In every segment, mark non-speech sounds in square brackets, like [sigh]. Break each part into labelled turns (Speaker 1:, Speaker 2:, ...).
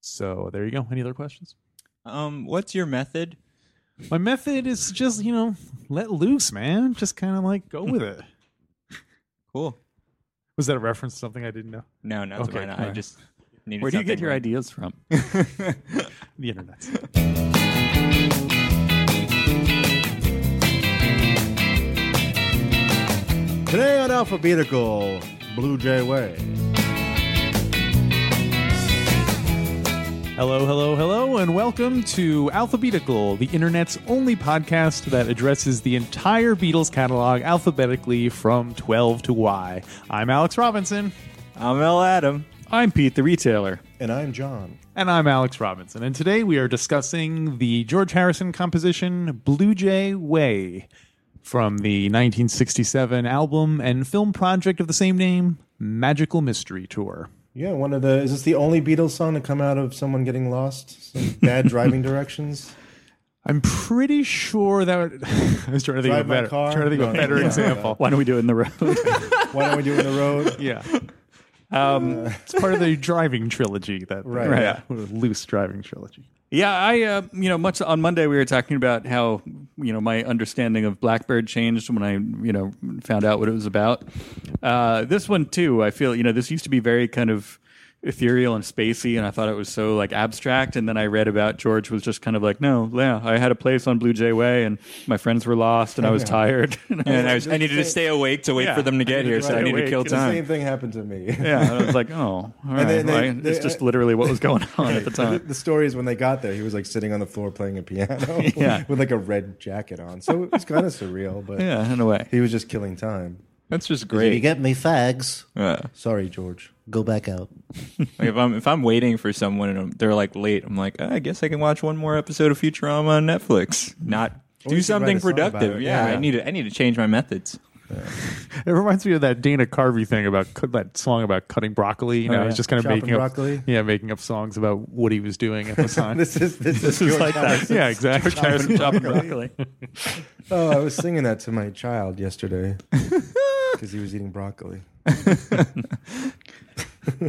Speaker 1: So there you go. Any other questions?
Speaker 2: Um, what's your method?
Speaker 1: My method is just, you know, let loose, man. Just kind of like go with
Speaker 3: [laughs]
Speaker 1: it.
Speaker 2: Cool.
Speaker 1: Was that a reference to something I didn't know?
Speaker 2: No, no, it's
Speaker 1: Okay,
Speaker 2: fine. I
Speaker 1: alright.
Speaker 2: just needed
Speaker 3: Where do you get
Speaker 2: something
Speaker 3: your
Speaker 2: where-
Speaker 3: ideas from?
Speaker 1: The
Speaker 3: [laughs]
Speaker 1: internet.
Speaker 4: Today on Alphabetical Blue Jay Way.
Speaker 1: Hello, hello, hello, and welcome to Alphabetical, the internet's only podcast that addresses the entire Beatles catalog alphabetically from 12 to Y. I'm Alex Robinson.
Speaker 2: I'm El Adam.
Speaker 3: I'm Pete the retailer.
Speaker 4: And I'm John.
Speaker 1: And I'm Alex Robinson. And today we are discussing the George Harrison composition Blue Jay Way from the 1967 album and film project of the same name, Magical Mystery Tour.
Speaker 4: Yeah, one of the is this the only Beatles song to come out of someone getting lost? Some [laughs] bad driving directions.
Speaker 1: I'm pretty sure that [laughs] would, I was trying to think
Speaker 4: Drive
Speaker 1: of a
Speaker 4: my
Speaker 1: better,
Speaker 4: car?
Speaker 1: trying to think of a
Speaker 4: No,
Speaker 1: better
Speaker 4: no. [laughs]
Speaker 1: example.
Speaker 3: Why don't we do it in the [laughs] road?
Speaker 4: Why don't we do it in the road?
Speaker 1: Yeah.
Speaker 3: um,
Speaker 1: It's part of the driving trilogy that
Speaker 4: Right.
Speaker 3: Right.
Speaker 1: yeah, [laughs] loose driving trilogy.
Speaker 3: yeah, I uh, you know much on Monday we were talking about how you know my understanding of Blackbird changed when I you know found out what it was about. Uh, this one too, I feel you know this used to be very kind of ethereal and spacey, and I thought it was so like abstract. And then I read about George was just kind of like, no, yeah, I had a place on Blue Jay Way, and my friends were lost, and I was tired. [laughs]
Speaker 2: And I, was, I needed to stay awake to wait
Speaker 3: Yeah.
Speaker 2: for them to get here, so I
Speaker 3: Right.
Speaker 2: need to kill
Speaker 3: Awake.
Speaker 4: The same
Speaker 2: time.
Speaker 4: thing happened to me.
Speaker 3: Yeah, and I was like, oh, all right.
Speaker 4: then they-
Speaker 3: Well, I- it's
Speaker 4: they-
Speaker 3: just literally what was going [laughs] on at
Speaker 4: [laughs]
Speaker 3: the
Speaker 4: The,
Speaker 3: time.
Speaker 4: the story is when they got there, he was like sitting on the floor playing a piano [laughs]
Speaker 3: Yeah.
Speaker 4: with like a red jacket on. So it was kind of surreal, but
Speaker 3: Yeah, in a way.
Speaker 4: he was just killing time.
Speaker 2: That's just
Speaker 5: You
Speaker 2: great.
Speaker 5: get me fags.
Speaker 2: Uh,
Speaker 4: Sorry, George.
Speaker 5: Go back out.
Speaker 2: like if I'm if I'm waiting for someone and they're like late, I'm like, "Ah, I guess I can watch one more episode of Futurama on Netflix. Not
Speaker 4: you
Speaker 2: do
Speaker 4: could write
Speaker 2: something
Speaker 4: a song about
Speaker 2: productive.
Speaker 4: it.
Speaker 2: Yeah,
Speaker 4: Yeah.
Speaker 2: I need to I need to change my methods.
Speaker 1: It reminds me of that Dana Carvey thing about cut- that song about cutting broccoli. You know,
Speaker 4: Oh, yeah.
Speaker 1: it's just kind of
Speaker 4: Chopping
Speaker 1: making up,
Speaker 4: broccoli?
Speaker 1: yeah, making up songs about what he was doing
Speaker 4: [laughs]
Speaker 1: at the time.
Speaker 4: This is this, is, George
Speaker 3: like that.
Speaker 4: Harrison.
Speaker 1: yeah, exactly.
Speaker 3: Chopping broccoli.
Speaker 4: Oh, I was singing that to my child [laughs] yesterday because he was eating broccoli.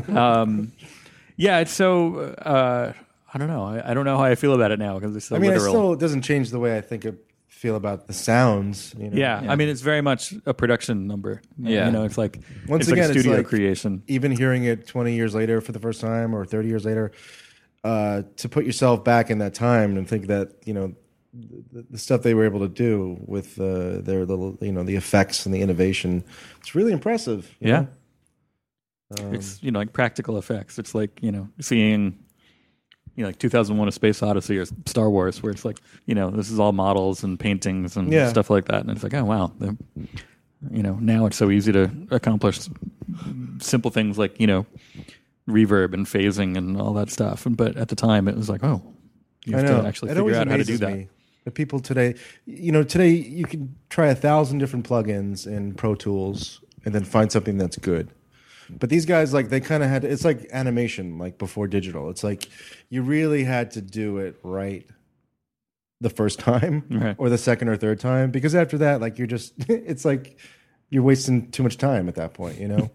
Speaker 3: um, yeah, it's so. Uh, I don't know. I, I don't know how I feel about it now because it's so
Speaker 4: I mean,
Speaker 3: literal.
Speaker 4: I still it doesn't change the way I think of, feel about the sounds. You know?
Speaker 3: yeah, I mean, it's very much a production number.
Speaker 2: Yeah.
Speaker 3: you know, it's like
Speaker 4: Once
Speaker 3: it's like
Speaker 4: again,
Speaker 3: a
Speaker 4: it's
Speaker 3: studio
Speaker 4: like-
Speaker 3: creation.
Speaker 4: Even hearing it 20 years later for the first time or 30 years later, uh, to put yourself back in that time and think that, you know, the, the stuff they were able to do with uh, their little, you know, the effects and the innovation, it's really impressive. you
Speaker 3: Yeah,
Speaker 4: know? Um,
Speaker 3: it's you know like practical effects. It's like you know seeing. You know, like 2001: A Space Odyssey or Star Wars, where it's like, you know, this is all models and paintings and
Speaker 4: Yeah.
Speaker 3: stuff like that, and it's like, oh wow, the- you know, now it's so easy to accomplish simple things like you know, reverb and phasing and all that stuff. And but at the time, it was like, oh, you
Speaker 4: I
Speaker 3: have
Speaker 4: know.
Speaker 3: to actually
Speaker 4: It
Speaker 3: figure
Speaker 4: always
Speaker 3: out how to do
Speaker 4: amazes
Speaker 3: that.
Speaker 4: me. The people today, you know, today you can try a thousand different plugins in Pro Tools and then find something that's good. But these guys, like, they kind of had it's like animation, like before digital. It's like you really had to do it right the first [laughs] time
Speaker 3: Right.
Speaker 4: or the second or third time because after that, like, you're just [laughs] it's like you're wasting too much time at that point,
Speaker 1: [laughs]
Speaker 4: you know.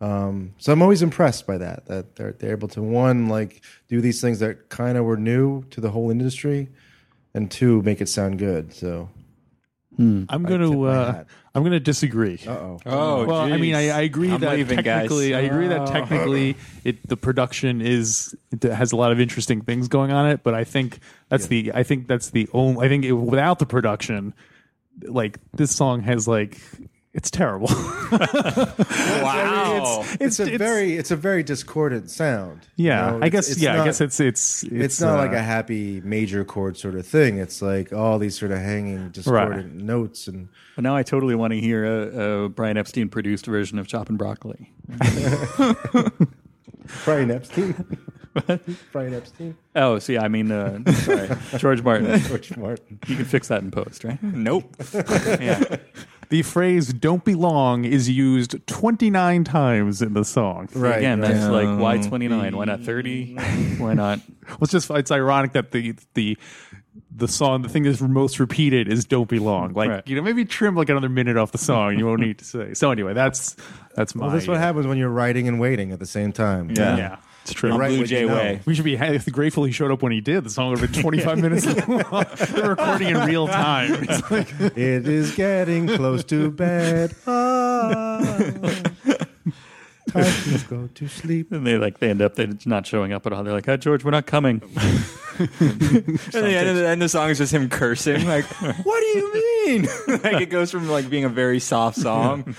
Speaker 4: Um, so I'm always impressed by that that they're they're able to one like do these things that kind of were new to the whole industry, and two make it sound good. So
Speaker 1: I'm
Speaker 4: I tip
Speaker 1: gonna,
Speaker 4: my
Speaker 1: uh,
Speaker 4: hat.
Speaker 1: I'm gonna disagree.
Speaker 4: uh oh,
Speaker 2: Oh,
Speaker 1: well, I mean, I, I agree
Speaker 2: I'm
Speaker 1: that
Speaker 2: leaving, guys. Oh,
Speaker 1: technically, I agree
Speaker 4: Oh.
Speaker 1: that technically, it the production is it has a lot of interesting things going on it. But I think that's the I think that's the only I think it, without the production, like this song has like it's terrible. [laughs]
Speaker 2: Wow.
Speaker 4: Oh. it's, a very it's a very discordant sound. you
Speaker 1: yeah,
Speaker 4: know?
Speaker 1: I
Speaker 4: It's-
Speaker 1: guess
Speaker 4: it's
Speaker 1: yeah,
Speaker 4: not-
Speaker 1: I guess it's it's it's,
Speaker 4: It's, not
Speaker 1: uh,
Speaker 4: like a happy major chord sort of thing. It's like all these sort of hanging discordant notes and
Speaker 3: But now I totally want to hear a, a Brian Epstein produced version of Chopping Broccoli.
Speaker 4: Brian Epstein, Brian Epstein,
Speaker 3: Oh, see, I mean, uh,
Speaker 4: [laughs]
Speaker 3: sorry, George Martin.
Speaker 4: George Martin.
Speaker 3: You can fix that in post, right?
Speaker 2: nope.
Speaker 1: the phrase "don't be long" is used 29 times in the song.
Speaker 4: Right,
Speaker 3: Again,
Speaker 4: right.
Speaker 3: that's like why twenty nine? Why
Speaker 1: Mm.
Speaker 3: not thirty? Why not?
Speaker 1: Well, it's just it's ironic that the the the song the thing that's most repeated is "Don't Be Long." Like
Speaker 3: Right.
Speaker 1: you know, maybe trim like another minute off the song. You won't need to say. So anyway, that's that's my
Speaker 4: Well, that's what
Speaker 1: uh,
Speaker 4: happens when you're writing and waiting at the same
Speaker 1: [laughs]
Speaker 4: time.
Speaker 2: Yeah.
Speaker 1: Yeah. It's true.
Speaker 2: On
Speaker 4: right
Speaker 2: Blue
Speaker 4: when you
Speaker 2: Jay
Speaker 4: know.
Speaker 2: Way.
Speaker 1: We should be ha- grateful he showed up when he did. The song would have been
Speaker 4: [laughs]
Speaker 1: 25 minutes long. They're recording in real time. It's like,
Speaker 4: It is getting close to bed. Ah. Time to go to
Speaker 3: [laughs]
Speaker 4: sleep.
Speaker 3: And they like they end up they're not showing up at all. They're like, "Hi, George, we're
Speaker 1: [laughs]
Speaker 3: not coming."
Speaker 2: And the, end of the, end of the song is just him
Speaker 1: [laughs]
Speaker 2: cursing. Like, what do you mean? [laughs] like, it goes from like being a very
Speaker 1: [laughs]
Speaker 2: soft song.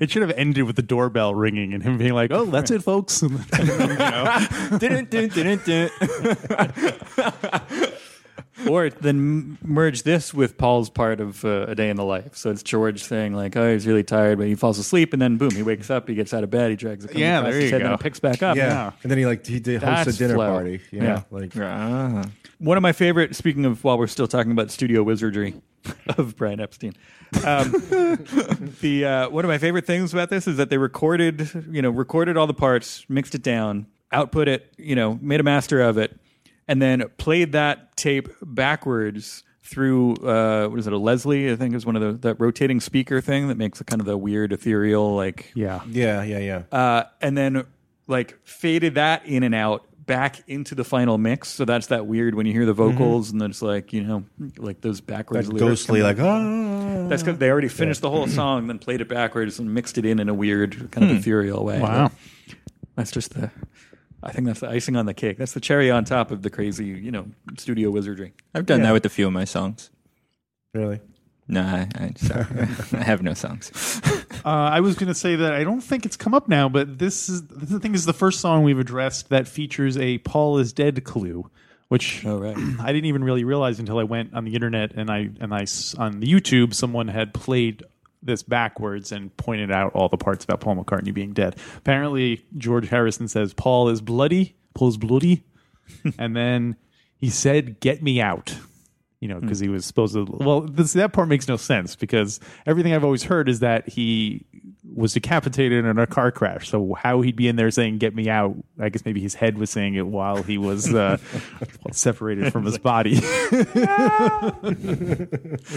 Speaker 1: it should have ended with the doorbell ringing and him being like, "Oh, that's it, folks." And then, you know,
Speaker 2: dun, dun, dun, dun.
Speaker 3: or then m- merge this with Paul's part of uh, a day in the life. So it's George saying like, "Oh, he's really tired," but he falls asleep, and then boom, he wakes up, he gets out of bed, he drags a
Speaker 1: Yeah, there you
Speaker 3: his head,
Speaker 1: go.
Speaker 3: and picks back up.
Speaker 4: Yeah. And then he like he did host a
Speaker 3: That's
Speaker 4: dinner
Speaker 3: flow.
Speaker 4: party. You know,
Speaker 3: Yeah.
Speaker 4: like
Speaker 2: Ah.
Speaker 3: One of my favorite, speaking of while we're still talking about studio wizardry [laughs] of Brian Epstein, um, [laughs] the uh, one of my favorite things about this is that they recorded, you know, recorded all the parts, mixed it down, output it, you know, made a master of it, and then played that tape backwards through uh, what is it? A Leslie, I think, is one of the that rotating speaker thing that makes a kind of the weird ethereal like
Speaker 1: yeah,
Speaker 4: [laughs] yeah, yeah, yeah.
Speaker 3: uh, and then like faded that in and out back into the final mix. So that's that weird when you hear the vocals and then it's like you know like those backwards
Speaker 4: That
Speaker 3: lyrics.
Speaker 4: ghostly like ah.
Speaker 3: That's because they already finished the whole song, then played it backwards and mixed it in in a weird kind of ethereal way.
Speaker 1: Wow.
Speaker 3: that's just the. I think that's the icing on the cake. That's the cherry on top of the crazy, you know, studio wizardry.
Speaker 2: I've done that with a few of my songs.
Speaker 4: Really?
Speaker 2: No, I, I,
Speaker 1: [laughs]
Speaker 2: sorry. I have no songs.
Speaker 1: Uh, I was going to say that I don't think it's come up now, but this is the thing is the first song we've addressed that features a "Paul is dead" clue, which
Speaker 3: Oh, [clears throat] right.
Speaker 1: I didn't even really realize until I went on the internet and I and I s- on YouTube someone had played this backwards and pointed out all the parts about Paul McCartney being dead. Apparently, George Harrison says Paul is bloody, Paul's bloody, and then he said, "Get me out." You
Speaker 4: Hmm.
Speaker 1: know, because he was supposed to. Well, this, that part makes no sense because everything I've always heard is that he was decapitated in a car crash. So how he'd be in there saying "Get me out"? I guess maybe his head was saying it while he was uh,
Speaker 4: [laughs]
Speaker 1: separated from his body. [laughs]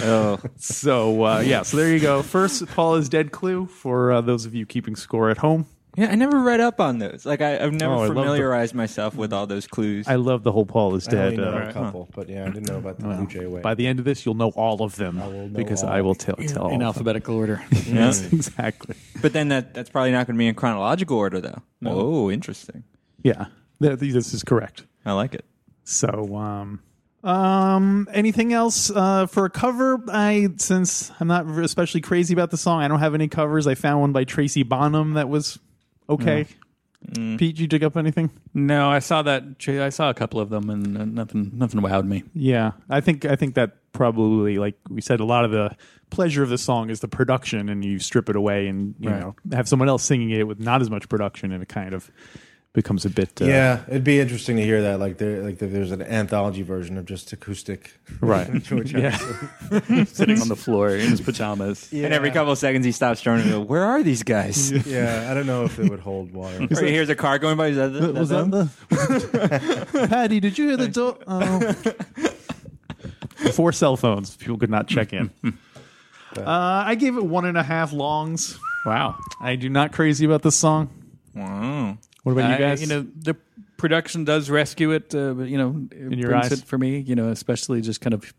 Speaker 2: Oh,
Speaker 1: So uh, yeah, so there you go. First, Paul is dead clue for uh, those of you keeping score at home.
Speaker 2: yeah. I never read up on those. Like, I, I've never
Speaker 1: Oh, I love the-
Speaker 2: familiarized myself with all those clues.
Speaker 1: I love the whole Paul is
Speaker 4: I only
Speaker 1: dead.
Speaker 4: know
Speaker 1: Uh,
Speaker 4: a couple, but yeah, I didn't know about the Blue Jay way.
Speaker 1: by the end of this, you'll know all of them
Speaker 4: will know
Speaker 1: because
Speaker 4: all.
Speaker 1: I will tell tell all
Speaker 3: in
Speaker 1: of them.
Speaker 3: alphabetical order.
Speaker 1: [laughs]
Speaker 2: Yeah.
Speaker 1: exactly.
Speaker 2: But then that that's probably not going to be in chronological order, though. Oh, interesting.
Speaker 1: Yeah, Th- this is correct.
Speaker 2: I like it.
Speaker 1: So, um, um, anything else uh, for a cover? I since I'm not especially crazy about the song, I don't have any covers. I found one by Tracy Bonham that was okay. Pete, you dig up anything?
Speaker 3: no, I saw that. I saw a couple of them, and uh, nothing, nothing wowed me.
Speaker 1: Yeah, I think I think that probably like we said, a lot of the pleasure of the song is the production, and you strip it away and you
Speaker 3: Right.
Speaker 1: know have someone else singing it with not as much production, and it kind of becomes a bit uh,
Speaker 4: yeah, it'd be interesting to hear that. Like there, like there's an anthology version of just acoustic. [laughs]
Speaker 1: right. [laughs]
Speaker 4: George
Speaker 1: yeah,
Speaker 3: Sitting on the floor in his pajamas.
Speaker 2: And every couple of seconds, he stops throwing. and goes, Where are
Speaker 1: [laughs]
Speaker 2: these guys?
Speaker 4: Yeah, I don't know if it would hold water.
Speaker 2: Or he hears a car going by. Is that, the,
Speaker 1: was that
Speaker 2: them?
Speaker 1: the [laughs] Patty? Did you hear the door? Oh. Before cell phones, people could not check in. [laughs] uh, I gave it one and a half longs.
Speaker 3: Wow.
Speaker 1: I do not crazy about this song.
Speaker 2: Wow.
Speaker 1: What about you
Speaker 3: I-
Speaker 1: guys?
Speaker 3: you know, the production does rescue it, uh, but you know, it
Speaker 1: your
Speaker 3: brings
Speaker 1: eyes.
Speaker 3: it for me. You know, especially just kind of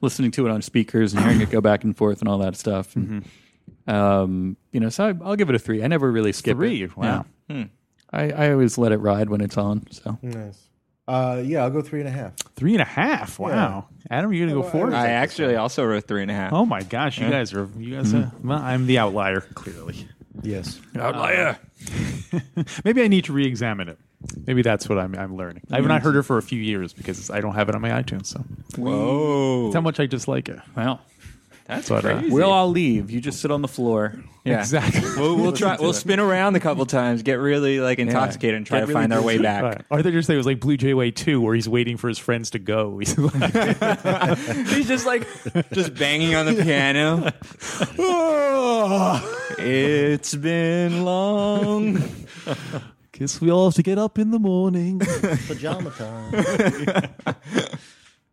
Speaker 3: listening to it on speakers and hearing it go back and forth and all that stuff. And, Um, you know, so I, I'll give it a three. I never really skip
Speaker 1: Mm-hmm. Three,
Speaker 3: It.
Speaker 1: wow. Hmm.
Speaker 3: Yeah. I, I always let it ride when it's on. So
Speaker 1: Mm-hmm.
Speaker 4: nice. Uh, yeah, I'll go three and a half.
Speaker 1: Three and a half. Wow, Adam, you gonna go four?
Speaker 2: I actually also wrote three and a half.
Speaker 1: Oh my gosh, you guys are you guys. Are, well, I'm the outlier clearly.
Speaker 4: Yes.
Speaker 3: outlier.
Speaker 1: Maybe I need to re-examine it. Maybe that's what I'm I'm learning. I've not heard it for a few years because I don't have it on my iTunes. So
Speaker 2: Whoa.
Speaker 1: that's how much I dislike it.
Speaker 3: Well,
Speaker 2: That's
Speaker 1: But, uh,
Speaker 2: crazy.
Speaker 3: we'll all leave. You just sit on the floor. [laughs]
Speaker 2: Yeah.
Speaker 1: Exactly.
Speaker 2: We'll, we'll try.
Speaker 3: to
Speaker 2: We'll
Speaker 3: it.
Speaker 2: spin around a couple times, get really like intoxicated, and try to
Speaker 3: Get really
Speaker 2: find our way
Speaker 3: dizzy.
Speaker 2: back.
Speaker 1: Right. Arthur just said it was like Blue Jay Way Two, where he's waiting for his friends to go. [laughs] He's like,
Speaker 2: He's just like just banging
Speaker 3: [laughs]
Speaker 2: on the piano. it's
Speaker 1: [laughs]
Speaker 2: been long.
Speaker 1: guess we all have to get up in the morning.
Speaker 4: Pajama time.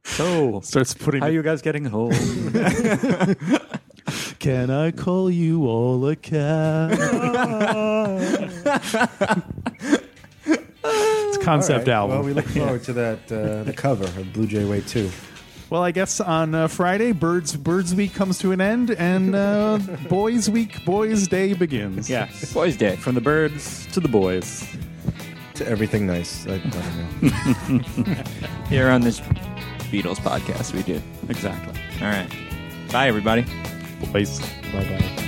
Speaker 3: So,
Speaker 1: [laughs] Starts putting.
Speaker 3: how are you guys getting home?
Speaker 1: [laughs] Can I call you all a [laughs] cab? it's concept
Speaker 4: All right.
Speaker 1: album.
Speaker 4: Well,
Speaker 1: [laughs]
Speaker 4: we look forward to that uh, the cover of Blue Jay Way Two.
Speaker 1: Well, I guess on uh, Friday, Birds Birds Week comes to an end, and uh, Boys Week, Boys Day begins.
Speaker 3: Yeah.
Speaker 2: Boys' Day.
Speaker 3: From the birds [laughs] to the boys.
Speaker 4: To everything nice. I, I don't know.
Speaker 2: Here on this Beatles podcast, we do.
Speaker 3: Exactly.
Speaker 2: All right. Bye, everybody.
Speaker 1: Boys.
Speaker 4: bye bye.